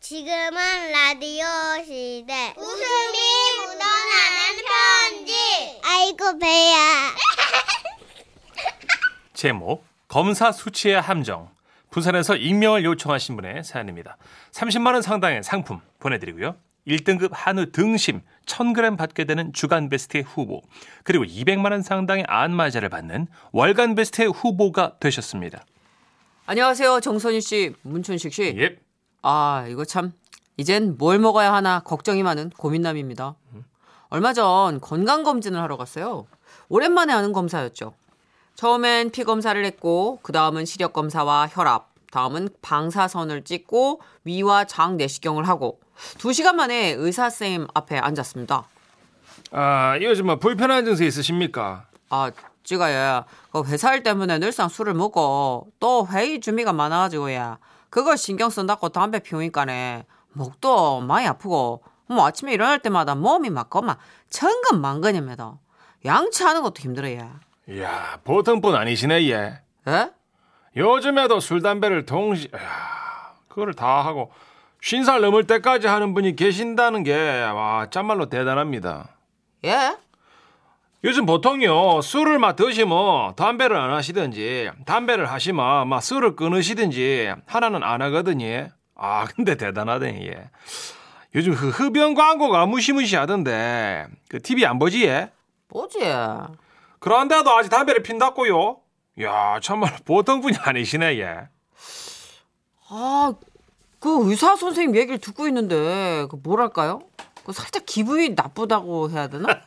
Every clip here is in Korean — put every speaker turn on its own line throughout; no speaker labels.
지금은 라디오 시대. 웃음이 묻어나는 편지. 아이고, 배야.
제목 검사 수치의 함정 부산에서 익명을 요청하신 분의 사연입니다. 30만 원 상당의 상품 보내드리고요. 1등급 한우 등심 1000g 받게 되는 주간 베스트의 후보 그리고 200만 원 상당의 안마자를 받는 월간 베스트의 후보가 되셨습니다.
안녕하세요. 정선희 씨, 문춘식 씨.
예.
아, 이거 참. 이젠 뭘 먹어야 하나 걱정이 많은 고민남입니다. 얼마 전 건강검진을 하러 갔어요. 오랜만에 하는 검사였죠. 처음엔 피검사를 했고, 그 다음은 시력검사와 혈압, 다음은 방사선을 찍고, 위와 장 내시경을 하고, 두 시간 만에 의사쌤 앞에 앉았습니다.
아 요즘 뭐 불편한 증세 있으십니까?
아, 찌가야, 그 회사일 때문에 늘상 술을 먹고 또 회의 준비가 많아가지고야. 그걸 신경 쓴다고 담배 피우니까네. 목도 많이 아프고, 뭐 아침에 일어날 때마다 몸이 막고 막 천근 만근입니다. 양치하는 것도 힘들어요.
이야 보통 분 아니시네 예.
예?
요즘에도 술 담배를 동시 야, 그거를 다 하고 쉰살 넘을 때까지 하는 분이 계신다는 게와 참말로 대단합니다.
예?
요즘 보통요 술을 막 드시면 담배를 안 하시든지 담배를 하시면 막 술을 끊으시든지 하나는 안 하거든요. 아 근데 대단하네 예. 요즘 그 흡연 광고가 무시무시하던데 그 TV 안 보지 예?
뭐지?
그런데도 아직 담배를 핀다고요? 야 참말로 보통 분이 아니시네 예.
아, 그 의사 선생님 얘기를 듣고 있는데, 그 뭐랄까요? 그 살짝 기분이 나쁘다고 해야 되나?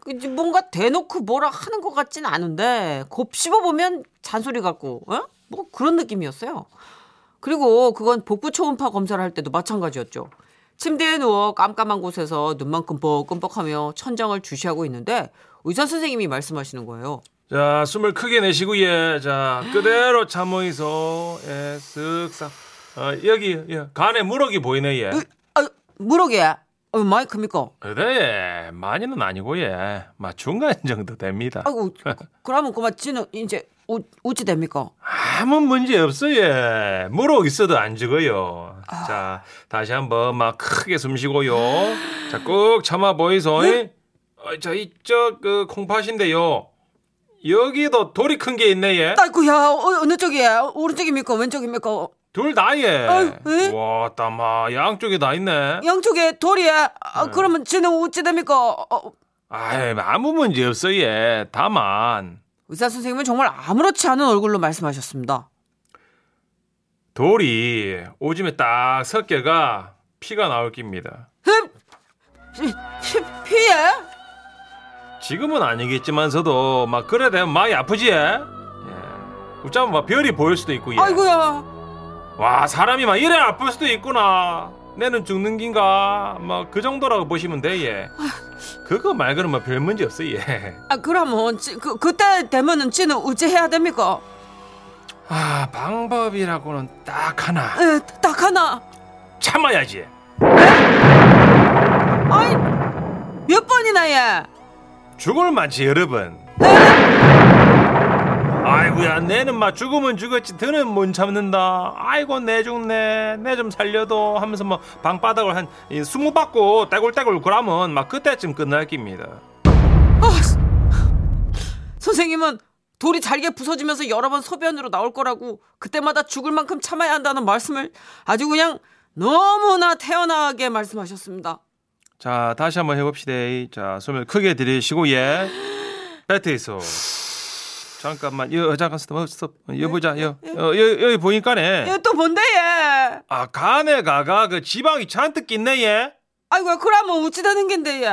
그 이제 뭔가 대놓고 뭐라 하는 것 같진 않은데, 곱씹어 보면 잔소리 같고, 어? 뭐 그런 느낌이었어요. 그리고 그건 복부 초음파 검사를 할 때도 마찬가지였죠. 침대에 누워 깜깜한 곳에서 눈만 끔뻑끔뻑하며 천장을 주시하고 있는데 의사 선생님이 말씀하시는 거예요.
자, 숨을 크게 내시고, 예. 자, 그대로 참으이소. 예, 쓱싹. 어, 여기, 예. 간에 무럭이 보이네, 예.
으, 아, 무럭이야. 어, 많이 큽니까?
그래, 예. 많이는 아니고, 예. 막 중간 정도 됩니다.
아이고 그- 그러면 그만 지는 이제 우- 어찌 됩니까?
아무 문제 없어, 예. 무럭 있어도 안 죽어요. 자, 다시 한번 막 크게 숨 쉬고요. 자, 꾹 참아 보이소. 예? 어, 저, 이쪽, 그, 콩팥인데요. 여기도 돌이 큰 게 있네, 예.
아이고야 어, 어느 쪽이야? 오른쪽입니까? 왼쪽입니까? 어,
둘 다, 예.
아유, 예?
와, 따마. 양쪽에 다 있네.
양쪽에 돌이야. 아, 그러면 지는 어찌 됩니까? 어, 어.
아이, 아무 문제 없어, 예. 다만,
의사 선생님은 정말 아무렇지 않은 얼굴로 말씀하셨습니다.
돌이 오줌에 딱 섞여가 피가 나올 깁니다.
피, 피해?
지금은 아니겠지만서도, 막, 그래 되면 많이 아프지, 예. 예. 웃자면 막 별이 보일 수도 있고, 예.
아이고야.
와, 사람이 막 이래 아플 수도 있구나. 내는 죽는 긴가? 막, 그 정도라고 보시면 돼, 예. 그거 말고는 막 별 문제 없어, 예.
아, 그러면 지, 그 그때 되면은 지는 어찌 해야 됩니까?
아, 방법이라고는 딱 하나.
에, 딱 하나.
참아야지.
아이 몇 번이나 예?
죽을 만치 여러분. 아이고야 내는 막 죽으면 죽었지 더는 못 참는다. 아이고 내 죽네 내 좀 살려도 하면서 뭐 방바닥을 한 이, 스무 받고 떼굴떼굴 그러면 막 그때쯤 끝날 깁니다.
아, 씨. 선생님은 돌이 잘게 부서지면서 여러 번 소변으로 나올 거라고 그때마다 죽을 만큼 참아야 한다는 말씀을 아주 그냥 너무나 태연하게 말씀하셨습니다.
자 다시 한번 해봅시다. 자 숨을 크게 들이쉬고 예 배트에서 잠깐만 여 잠깐 스톱 스톱 여보자 여 어, 여- 여기 보니까네
얘 또 뭔데 얘?
아 간에 가가 그 지방이 잔뜩 있네 예. 얘.
아이고 그러면 어찌 되는 뭐 겐데 얘?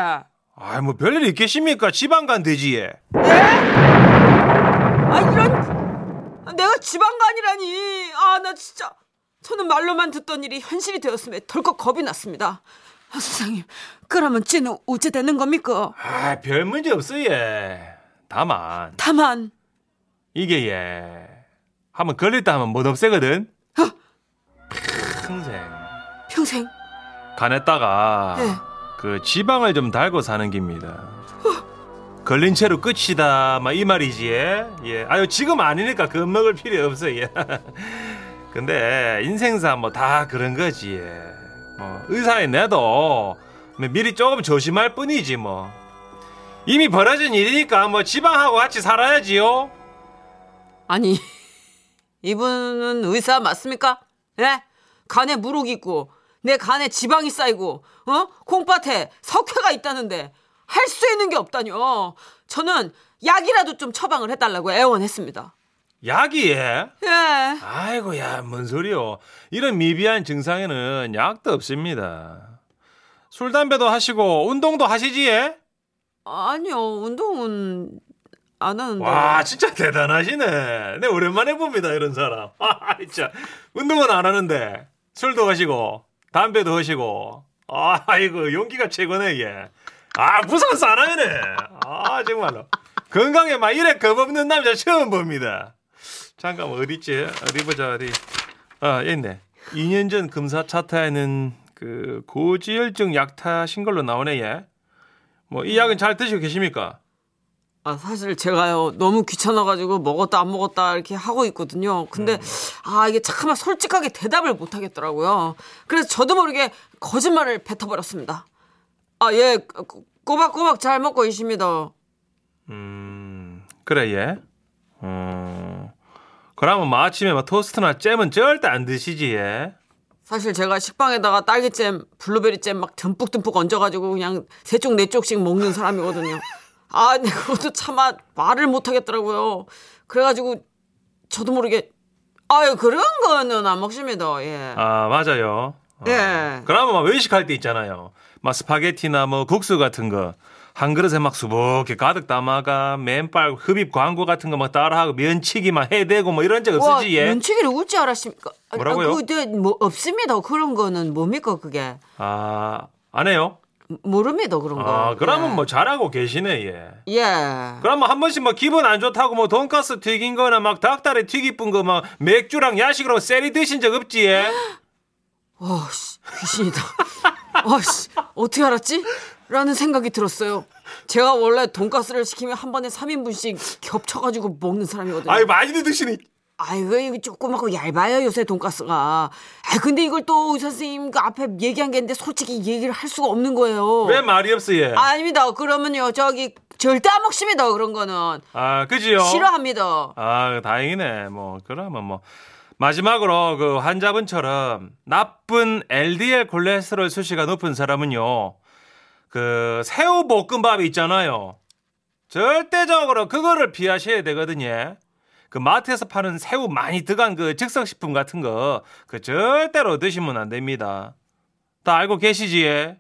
아이 뭐 별일 있겠습니까? 지방간 돼지에.
아 이런 내가 지방간이라니 아 나 진짜 저는 말로만 듣던 일이 현실이 되었음에 덜컥 겁이 났습니다. 아, 선생님 그러면 쟤는 어찌 되는 겁니까?
아, 별 문제 없어 예. 다만
다만
이게 예. 한번 걸렸다 하면 못 없애거든. 평생
평생
간에다가
예.
그 지방을 좀 달고 사는 깁니다. 걸린 채로 끝이다. 막 이 말이지. 예. 예. 아유 지금 아니니까 그 겁먹을 필요 없어 예. 근데 인생사 뭐 다 그런 거지. 예. 어, 의사인 내도 뭐 미리 조금 조심할 뿐이지 뭐. 이미 벌어진 일이니까 뭐 지방하고 같이 살아야지요.
아니 이분은 의사 맞습니까? 예? 간에 무록이 있고 내 간에 지방이 쌓이고 어? 콩밭에 석회가 있다는데 할 수 있는 게 없다뇨. 저는 약이라도 좀 처방을 해달라고 애원했습니다.
약이에?
예.
아이고야, 뭔 소리요. 이런 미비한 증상에는 약도 없습니다. 술, 담배도 하시고, 운동도 하시지예?
아니요 운동은 안 하는데.
와, 진짜 대단하시네. 내 오랜만에 봅니다, 이런 사람. 아, 진짜. 운동은 안 하는데, 술도 하시고, 담배도 하시고. 아, 아이고, 용기가 최고네, 얘. 아, 부산 사람이네. 아, 정말로. 건강에 막 이래 겁없는 남자 처음 봅니다. 잠깐, 어디지? 어디 보자, 어디. 아, 있네. 2년 전 금사 차타에는 그 고지혈증 약 타신 걸로 나오네, 얘. 뭐, 이 약은 잘 드시고 계십니까?
아, 사실 제가요, 너무 귀찮아가지고 먹었다 안 먹었다 이렇게 하고 있거든요. 근데,
음.
아, 이게 잠깐만 솔직하게 대답을 못 하겠더라고요. 그래서 저도 모르게 거짓말을 뱉어버렸습니다. 아, 예, 꼬- 꼬박꼬박 잘 먹고 있습니다.
음, 그래 예. 음, 그러면 뭐 아침에 막 토스트나 잼은 절대 안 드시지 예.
사실 제가 식빵에다가 딸기잼, 블루베리잼 막 듬뿍듬뿍 얹어가지고 그냥 세 쪽, 네 쪽씩 먹는 사람이거든요. 아, 근데 그것도 차마 말을 못 하겠더라고요. 그래가지고 저도 모르게, 아유, 그런 거는 안 먹습니다. 예.
아 맞아요. 어.
예.
그러면 막 외식할 때 있잖아요. 막 스파게티나 뭐 국수 같은 거 한 그릇에 막 수북히 가득 담아가 맨발 흡입 광고 같은 거 막 따라하고 면치기 막 해대고 뭐 이런 적 없으지
와,
예.
면치기를 웃지 알았습니까? 아,
뭐라고요?
아, 그거 뭐 없습니다. 그런 거는 뭡니까 그게
아안 해요.
모릅니다 그런 거.
아 그러면
예.
뭐 잘하고 계시네 예.
예.
그러면 한 번씩 막 기분 안 좋다고 뭐 돈가스 튀긴 거나 막 닭다리 튀기뿐 거 막 맥주랑 야식으로 세리 드신 적 없지? 예?
와씨 귀신이다. 와씨 어떻게 알았지? 라는 생각이 들었어요. 제가 원래 돈가스를 시키면 한 번에 3인분씩 겹쳐가지고 먹는 사람이거든요.
아이 많이도 드시니
아이고 이거 조그맣고 얇아요 요새 돈가스가. 아 근데 이걸 또 의사 선생님 그 앞에 얘기한 게 있는데 솔직히 얘기를 할 수가 없는 거예요.
왜 말이 없어 예? 아,
아닙니다. 그러면요 저기 절대 안 먹습니다 그런 거는.
아, 그지요?
싫어합니다.
아 다행이네 뭐 그러면 뭐 마지막으로 그 환자분처럼 나쁜 LDL 콜레스테롤 수치가 높은 사람은요 그 새우 볶음밥 있잖아요 절대적으로 그거를 피하셔야 되거든요 그 마트에서 파는 새우 많이 들어간 그 즉석식품 같은 거 그 절대로 드시면 안 됩니다 다 알고 계시지?
예,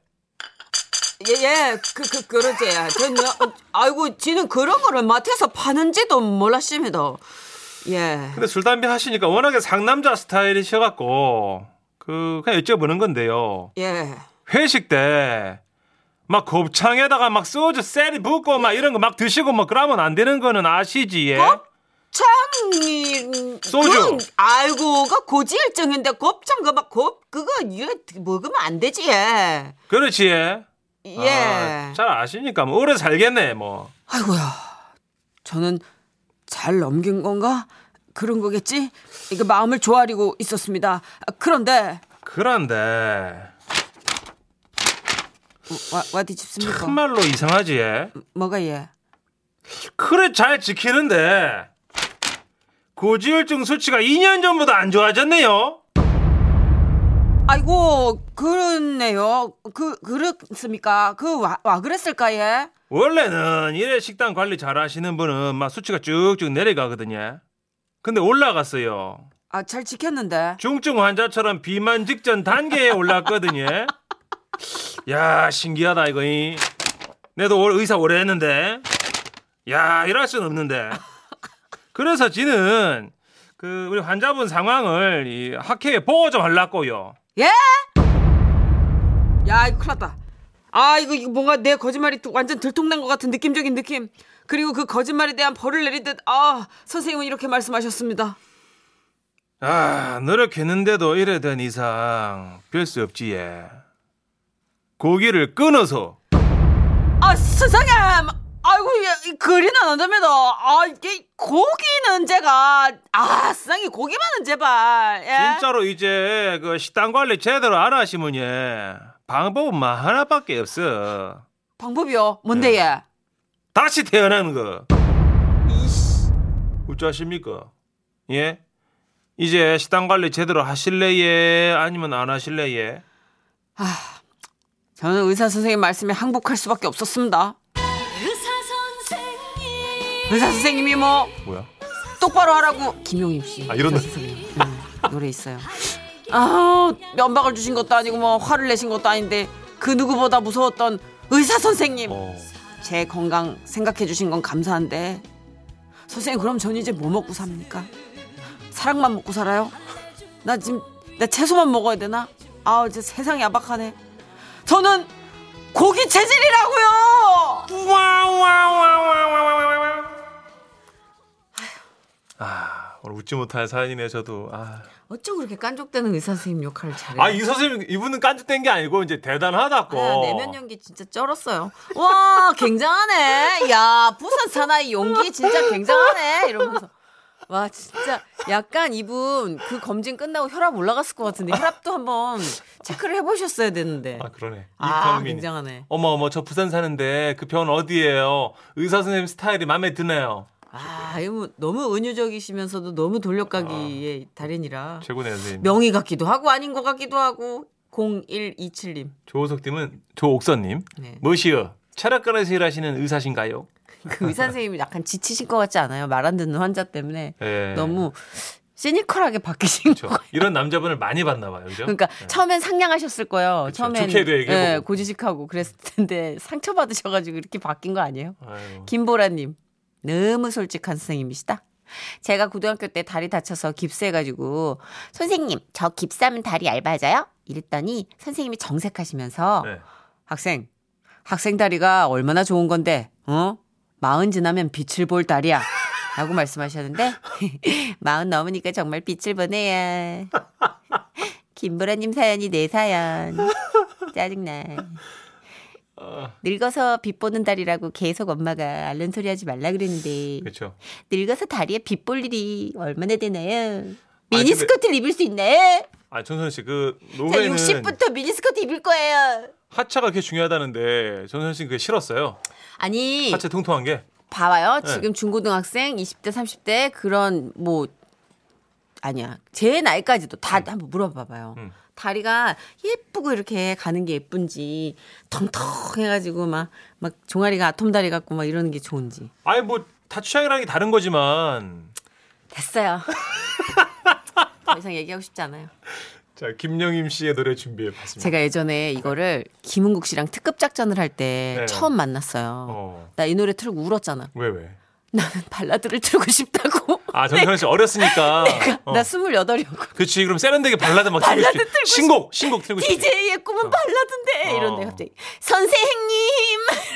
예, 그, 그, 그러지. 됐나? 어, 아이고, 지는 그런 거를 마트에서 파는지도 몰랐습니다. 예.
근데 술 담배 하시니까 워낙에 상남자 스타일이셔갖고 그 그냥 여쭤보는 건데요
예.
회식 때 막 곱창에다가 막 소주 셀이 붓고 막 이런 거 막 드시고 뭐 그러면 안 되는 거는 아시지? 예?
창이.
소주.
아이고, 그 고지혈증인데 곱창, 그 막, 곱, 그거, 이거 먹으면 안 되지, 예.
그렇지. 예.
예.
아, 잘 아시니까 뭐 오래 살겠네 뭐.
아이고야. 저는 잘 넘긴 건가? 그런 거겠지? 이거 마음을 조아리고 있었습니다. 아, 그런데,
그런데
와, 와디 집습니까?
정말로 이상하지. 예?
뭐가 예?
그래 잘 지키는데 고지혈증 수치가 2년 전보다 안 좋아졌네요.
아이고 그렇네요. 그 그렇습니까? 그 와 그랬을까 예?
원래는 이래 식단 관리 잘 하시는 분은 막 수치가 쭉쭉 내려가거든요. 근데 올라갔어요.
아 잘 지켰는데.
중증 환자처럼 비만 직전 단계에 올랐거든요. 야 신기하다 이거. 이. 내도 올- 의사 오래 했는데, 야 이럴 순 없는데. 그래서 지는 그 우리 환자분 상황을 이 학회에 보고 좀 하려고요.
예? 야 이거 큰일났다. 아 이거 이거 뭔가 내 거짓말이 또 완전 들통난 것 같은 느낌적인 느낌. 그리고 그 거짓말에 대한 벌을 내리듯 아 선생님은 이렇게 말씀하셨습니다.
아 노력했는데도 이래 된 이상 별 수 없지 예. 고기를 끊어서
아 선생님, 아 아이고 예, 이 그리는 언제입니다. 아 이게 고기는 제가 아 세상에 고기만은 제발. 예?
진짜로 이제 그 식단 관리 제대로 안 하시면 예 방법은 막 하나밖에 없어.
방법이요. 뭔데
네.
예?
다시 태어나는 거.
이씨.
어쩌십니까? 예? 이제 식단 관리 제대로 하실래예? 아니면 안 하실래예?
저는 의사 선생님 말씀에 항복할 수밖에 없었습니다. 의사 선생님이 뭐
뭐야?
똑바로 하라고 김용임 씨.
아, 이런
의사 선생님 음, 노래 있어요. 아 면박을 주신 것도 아니고 뭐 화를 내신 것도 아닌데 그 누구보다 무서웠던 의사 선생님.
어.
제 건강 생각해 주신 건 감사한데 선생님 그럼 전 이제 뭐 먹고 삽니까? 사랑만 먹고 살아요? 나 지금 나 채소만 먹어야 되나? 아 이제 세상이 야박하네. 저는 고기 체질이라고요.
아, 오늘 웃지 못할 사연이네 저도. 아,
어쩜 그렇게 깐족대는 의사 선생님 역할을 잘해요?
아, 이 선생님 이분은 깐죽된 게 아니고 이제 대단하다고.
네. 아, 내면 연기 진짜 쩔었어요. 와, 굉장하네. 야, 부산 사나이 용기 진짜 굉장하네. 이러면서. 와, 진짜 약간 이분 그 검진 끝나고 혈압 올라갔을 것 같은데 혈압도 한번 체크를 해보셨어야 되는데.
아, 그러네.
아,
이경민이.
굉장하네.
어머 어머 저 부산 사는데 그 병원 어디예요? 의사 선생님 스타일이 마음에 드네요.
아, 이분 너무 은유적이시면서도 너무 돌려가기의 달인이라.
아. 최고네요 선생님.
명의 같기도 하고 아닌 것 같기도 하고. 0127님.
조호석님은 조옥선님.
네.
뭐시여? 철학관에서 일하시는 의사신가요?
그 의사 선생님이 약간 지치신 것 같지 않아요? 말 안 듣는 환자 때문에.
예.
너무 시니컬하게 바뀌신
그렇죠.
거예요.
이런 남자분을 많이 봤나 봐요. 그죠?
그러니까 처음엔 상냥하셨을 거예요. 처음엔
네. 좋게도 얘기해보고.
예, 고지식하고 그랬을 텐데 상처 받으셔가지고 이렇게 바뀐 거 아니에요?
아유.
김보라님 너무 솔직한 선생님이시다. 제가 고등학교 때 다리 다쳐서 깁스해가지고 선생님 저 깁스하면 다리 얇아져요? 이랬더니 선생님이 정색하시면서
네.
학생 학생 다리가 얼마나 좋은 건데 어 마흔 지나면 빛을 볼 다리야. 라고 말씀하셨는데 마흔 넘으니까 정말 빛을 보네요. 김보라님 사연이 내 사연. 짜증나. 늙어서 빛 보는 다리라고 계속 엄마가 알른 소리 하지 말라 그랬는데
그렇죠.
늙어서 다리에 빛 볼 일이 얼마나 되나요?
아니,
미니스커트를 입을 수 있나요?
아 전선 씨그
저
노래는
60부터 미니스커트 입을 거예요.
하차가 그렇게 중요하다는데 전선 씨는 그게 싫었어요.
아니
하체 통통한 게.
봐봐요.
네.
지금 중고등학생, 20대, 30대 그런 뭐 아니야. 제 나이까지도 다 한번 물어봐봐요.
음.
다리가 예쁘고 이렇게 가는 게 예쁜지 텅텅 해가지고 막 막 종아리가 아톰 다리 같고 막 이러는 게 좋은지
아니 뭐 다 취향이랑 게 다른 거지만.
됐어요. 더 이상 얘기하고 싶지 않아요.
자 김영임 씨의 노래 준비해봤습니다.
제가 예전에 이거를 김은국 씨랑 특급 작전을 할 때
네.
처음 만났어요.
어.
나 이 노래 틀고 울었잖아.
왜 왜?
나는 발라드를 틀고 싶다고. 그러니까
아 전선 씨 어렸으니까. 어.
네. 그, 나 28이었고.
그치 그럼 세련되게 발라드 막 틀고
발라드
싶지.
틀고
신곡 신곡 틀고 싶지.
DJ의 꿈은 발라드인데
어.
이런데 갑자기 선생님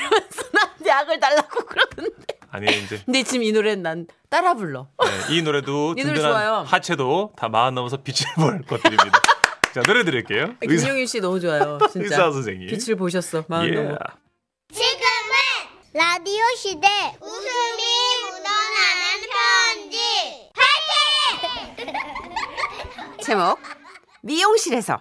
이러면서 나한테 악을 달라고 그러던데
아니 이제
근데 지금 이 노래는 난 따라 불러
네, 이 노래도
이 노래
든든한
좋아요.
하체도 다 마흔 넘어서 빛을 볼 것들입니다. 자 노래 드릴게요. 의사
아, 김용윤 씨 너무 좋아요 진짜
의사 선생님.
빛을 보셨어 마음
예.
너무
지금은 라디오 시대 웃음이 묻어나는 편지
제목 미용실에서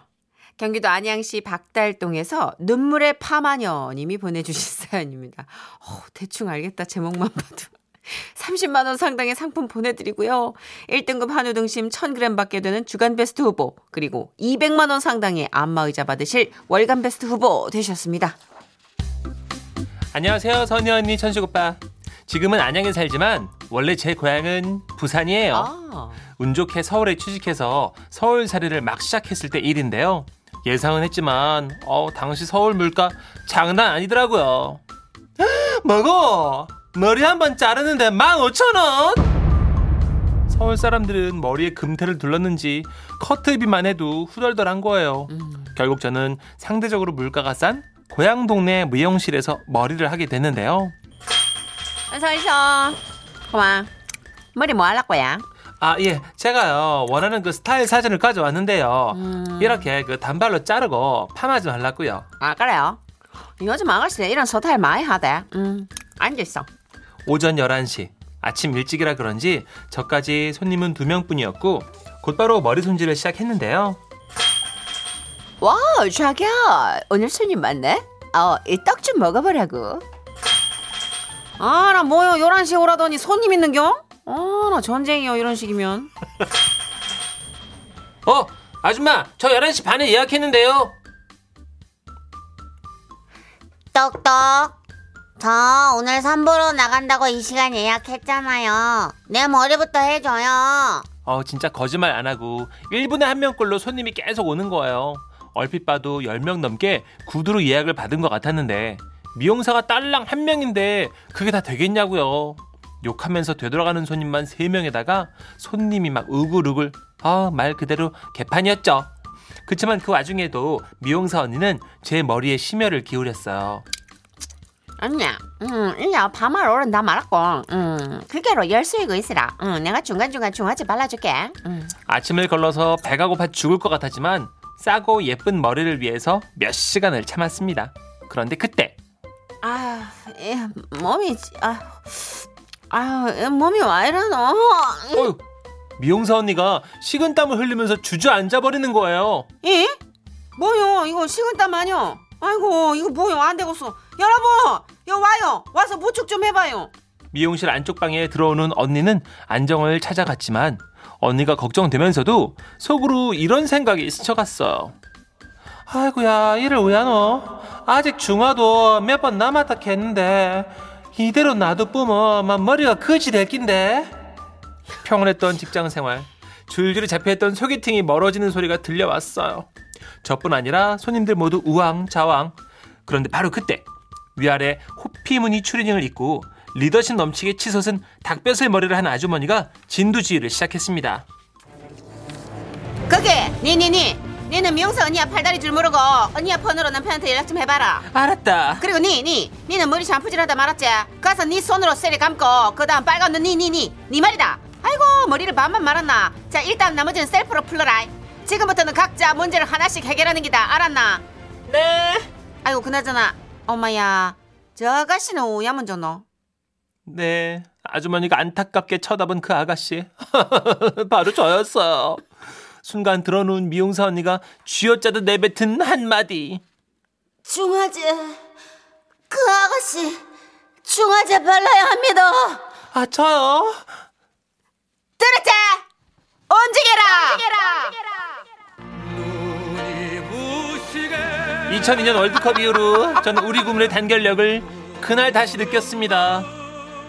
경기도 안양시 박달동에서 눈물의 파마녀님이 보내주신 사연입니다. 어, 대충 알겠다 제목만 봐도. 30만 원 상당의 상품 보내드리고요. 1등급 한우 등심 1,000g 받게 되는 주간 베스트 후보 그리고 200만 원 상당의 안마의자 받으실 월간 베스트 후보 되셨습니다.
안녕하세요 선희 언니 천식 오빠. 지금은 안양에 살지만 원래 제 고향은 부산이에요.
아,
운 좋게 서울에 취직해서 서울 살이를 막 시작했을 때 일인데요. 예상은 했지만 어 당시 서울 물가 장난 아니더라고요. 뭐고? 머리 한 번 자르는데 15,000원? 서울 사람들은 머리에 금테를 둘렀는지 커트비만 해도 후덜덜한 거예요. 결국 저는 상대적으로 물가가 싼 고향 동네 미용실에서 머리를 하게 됐는데요.
아, 서이서 고마. 머리 뭐 할라 거야?
아, 예. 제가요, 원하는 그 스타일 사진을 가져왔는데요. 이렇게 그 단발로 자르고 파마 좀 하려고요.
아 그래요? 요즘 아가씨들 이런 스타일 많이 하대. 음, 앉아있어.
오전 11시 아침 일찍이라 그런지 저까지 손님은 두 명뿐이었고 곧바로 머리 손질을 시작했는데요.
와, 자기야. 오늘 손님 많네. 어, 이 떡 좀 먹어보라고.
아, 나 뭐요? 11시에 오라더니 손님 있는겨? 아, 나 전쟁이요. 이런 식이면.
어 아줌마 저 11시 반에 예약했는데요.
똑똑. 저 오늘 산보러 나간다고 이 시간 예약했잖아요. 내 머리부터 해줘요.
어 진짜 거짓말 안 하고 1분에 한 명꼴로 손님이 계속 오는 거예요. 얼핏 봐도 10명 넘게 구두로 예약을 받은 것 같았는데 미용사가 딸랑 한 명인데 그게 다 되겠냐고요. 욕하면서 되돌아가는 손님만 3명에다가 손님이 막 으글으글 아 말 그대로 개판이었죠. 그렇지만 그 와중에도 미용사 언니는 제 머리에 심혈을 기울였어요.
언니야, 음, 일야 밤알 오른 다 말았고, 음, 그게로 열수이고 있으라. 음, 내가 중간중간 중화제 발라줄게. 음.
아침을 걸러서 배가 고파 죽을 것 같았지만 싸고 예쁜 머리를 위해서 몇 시간을 참았습니다. 그런데 그때
아, 이 몸이, 지- 아, 아유, 이 몸이 와 이러노?
어휴, 미용사 언니가 식은땀을 흘리면서 주저앉아 버리는 거예요.
이? 뭐요? 이거 식은땀 아니요? 아이고, 이거 뭐요? 안 되겠어. 여러분, 여 와요. 와서 모축 좀 해봐요.
미용실 안쪽 방에 들어오는 언니는 안정을 찾아갔지만 언니가 걱정되면서도 속으로 이런 생각이 스쳐갔어요. 아이고야 이를 왜 안 오? 아직 중화도 몇 번 남았다 했는데 이대로 놔두뿌면 막 머리가 거지 될 낀데 평온했던 직장생활 줄줄이 잡혀있던 소개팅이 멀어지는 소리가 들려왔어요. 저뿐 아니라 손님들 모두 우왕좌왕 그런데 바로 그때 위아래 호피무늬 추리닝을 입고 리더십 넘치게 치솟은 닭뼈슬 머리를 한 아주머니가 진두지휘를 시작했습니다.
그게, 니니니, 니는 미용사 언니야 팔다리 줄 모르고 언니야 폰으로 남편한테 연락 좀 해봐라.
알았다.
그리고 니, 니, 니는 머리 샴푸질하다 말았지. 가서 니 손으로 쇠를 감고, 그 다음 빨간 눈 니, 니, 니, 니 말이다. 아이고, 머리를 반만 말았나. 자, 일단 나머지는 셀프로 풀러라. 지금부터는 각자 문제를 하나씩 해결하는 기다. 알았나? 네. 아이고, 그나저나, 엄마야. 저 아가씨는 오야문저노.
네. 아주머니가 안타깝게 쳐다본 그 아가씨. 바로 저였어요. 순간 들어놓은 미용사 언니가 쥐어짜듯 내뱉은 한마디.
중화제. 그 아가씨. 중화제 발라야 합니다.
아, 저요?
들었지? 움직여라!
2002년 월드컵 이후로 저는 우리 구문의 단결력을 그날 다시 느꼈습니다.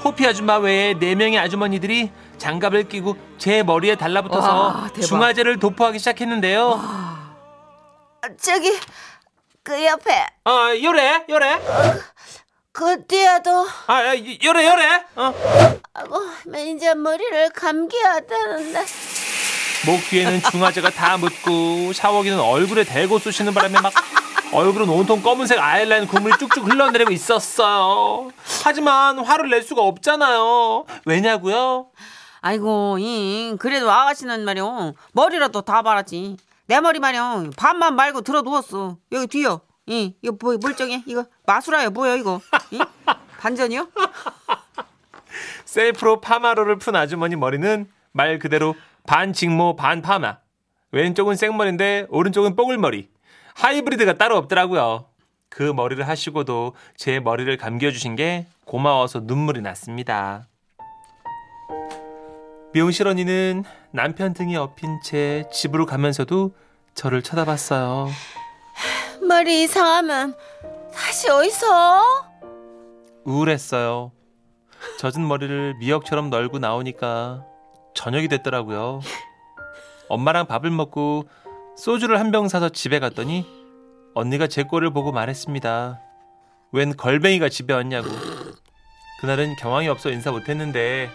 호피 아줌마 외에 네명의 아주머니들이 장갑을 끼고 제 머리에 달라붙어서
와, 대박.
중화제를 도포하기 시작했는데요.
저기, 그 옆에,
아, 요래, 요래.
그 뒤에도,
아, 아, 요래, 요래. 어.
아고, 매니저 머리를 감기하다는데.
목 뒤에는 중화제가 다 묻고 샤워기는 얼굴에 대고 쑤시는 바람에 막 얼굴은 온통 검은색 아이라인 국물이 쭉쭉 흘러내리고 있었어요. 하지만 화를 낼 수가 없잖아요. 왜냐고요?
아이고, 잉. 그래도 아가씨는 말이오. 머리라도 다 말았지. 내 머리 말이오. 반만 말고 들어 누웠어. 여기 뒤요. 이 이거 뭐, 멀쩡해. 이거 마술아야 뭐야, 이거. 이? 반전이요?
셀프로 파마로를 푼 아주머니 머리는 말 그대로 반 직모 반 파마. 왼쪽은 생머리인데 오른쪽은 뽀글머리. 하이브리드가 따로 없더라고요. 그 머리를 하시고도 제 머리를 감겨주신 게 고마워서 눈물이 났습니다. 미용실 언니는 남편 등이 엎인 채 집으로 가면서도 저를 쳐다봤어요.
머리 이상하면 다시 어디서?
우울했어요. 젖은 머리를 미역처럼 널고 나오니까 저녁이 됐더라고요. 엄마랑 밥을 먹고 소주를 한 병 사서 집에 갔더니 언니가 제 꼴을 보고 말했습니다. 웬 걸뱅이가 집에 왔냐고. 그날은 경황이 없어 인사 못했는데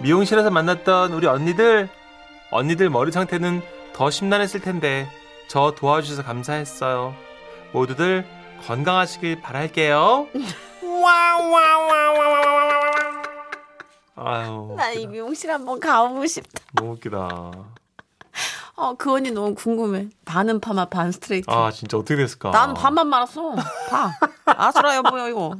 미용실에서 만났던 우리 언니들 언니들 머리 상태는 더 심란했을 텐데 저 도와주셔서 감사했어요. 모두들 건강하시길 바랄게요. 아유,
나 이 미용실 한번 가보고 싶다.
너무 웃기다.
어, 그 언니 너무 궁금해. 반은 파마, 반 스트레이트.
아 진짜 어떻게 됐을까?
나는 반만 말았어. 봐. 아수라 여보야, 이거.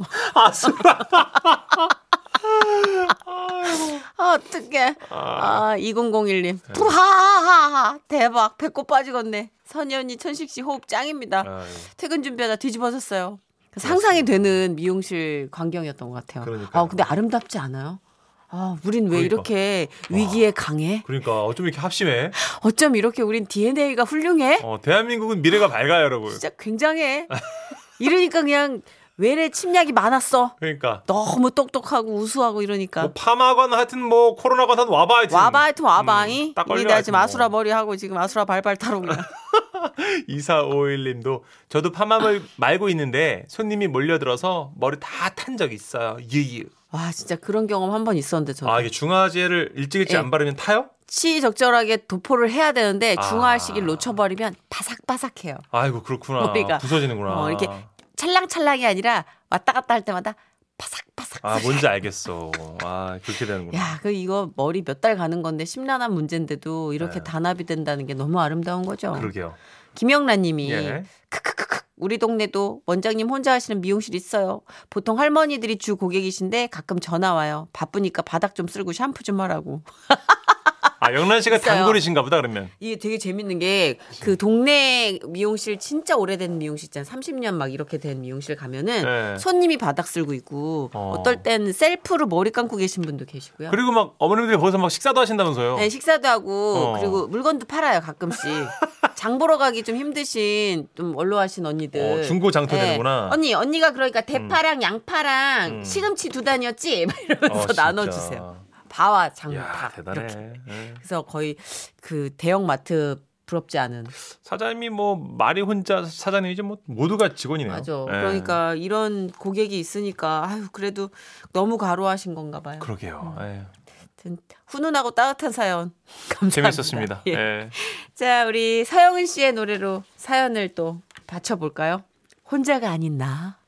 아, 어떡해. 아, 2001님.
네.
푸하하하. 대박. 배꼽 빠지겠네. 선희 언니, 천식 씨 호흡 짱입니다.
아유.
퇴근 준비하다 뒤집어졌어요. 상상이 되는 미용실 광경이었던 것 같아요.
그러니까요.
아, 근데 아름답지 않아요? 아, 우린 왜
그러니까.
이렇게 위기에 강해?
그러니까 어쩜 이렇게 합심해?
어쩜 이렇게 우린 DNA가 훌륭해?
어, 대한민국은 미래가 밝아요, 여러분.
진짜 굉장해. 이러니까 그냥 외래 침략이 많았어.
그러니까
너무 똑똑하고 우수하고 이러니까.
뭐 파마건 하여튼 뭐 코로나건 하여튼 와봐 하여튼.
와봐 하여튼 와방이.
음, 딱
우리
걸려
나
하여튼
지금
뭐.
아수라 머리 하고 지금 아수라 발발 타러 온다.
2451님도 저도 파마를 말고 있는데 손님이 몰려들어서 머리 다 탄 적 있어요. 유유.
와 진짜 그런 경험 한 번 있었는데 저.
아
도
이게 중화제를 일찍 일찍
예.
안 바르면 타요?
치적절하게 도포를 해야 되는데
아.
중화할 시기를 놓쳐버리면 바삭바삭해요.
아이고 그렇구나.
머리가.
부서지는구나.
어, 이렇게 찰랑찰랑이 아니라 왔다 갔다 할 때마다 바삭바삭.
아 뭔지 알겠어. 아 그렇게 되는구나.
야, 그 이거 머리 몇 달 가는 건데 심란한 문제인데도 이렇게
네.
단합이 된다는 게 너무 아름다운 거죠.
그러게요.
김영란님이
예.
크크크크 우리 동네도 원장님 혼자 하시는 미용실 있어요. 보통 할머니들이 주 고객이신데 가끔 전화 와요. 바쁘니까 바닥 좀 쓸고 샴푸 좀 하라고.
아 영란 씨가
있어요.
단골이신가 보다 그러면.
이게 되게 재밌는 게
그렇죠.
그 동네 미용실 진짜 오래된 미용실 있잖아요. 30년 막 이렇게 된 미용실 가면은
네.
손님이 바닥 쓸고 있고
어.
어. 떨 때는 셀프로 머리 감고 계신 분도 계시고요.
그리고 막 어머님들이 거기서 막 식사도 하신다면서요.
네, 식사도 하고
어.
그리고 물건도 팔아요 가끔씩. 장 보러 가기 좀 힘드신 좀 원로하신 언니들. 네.
어, 중고 장터 되는구나.
언니 언니가 그러니까 대파랑 양파랑
음.
시금치 두 단이었지 막
어,
이러면서
진짜.
나눠주세요.
아.
바와 장파
이야 아, 대단해.
이렇게.
예.
그래서 거의 그 대형 마트 부럽지 않은.
사장님이 뭐 말이 혼자 사장님이지 뭐 모두가 직원이네요.
맞아.
예.
그러니까 이런 고객이 있으니까 아유 그래도 너무 가로하신 건가 봐요.
그러게요. 예.
아무튼 훈훈하고 따뜻한 사연 감사합니다.
재밌었습니다.
예.
예.
자, 우리 서영은 씨의 노래로 사연을 또 받쳐볼까요? 혼자가 아닌 나.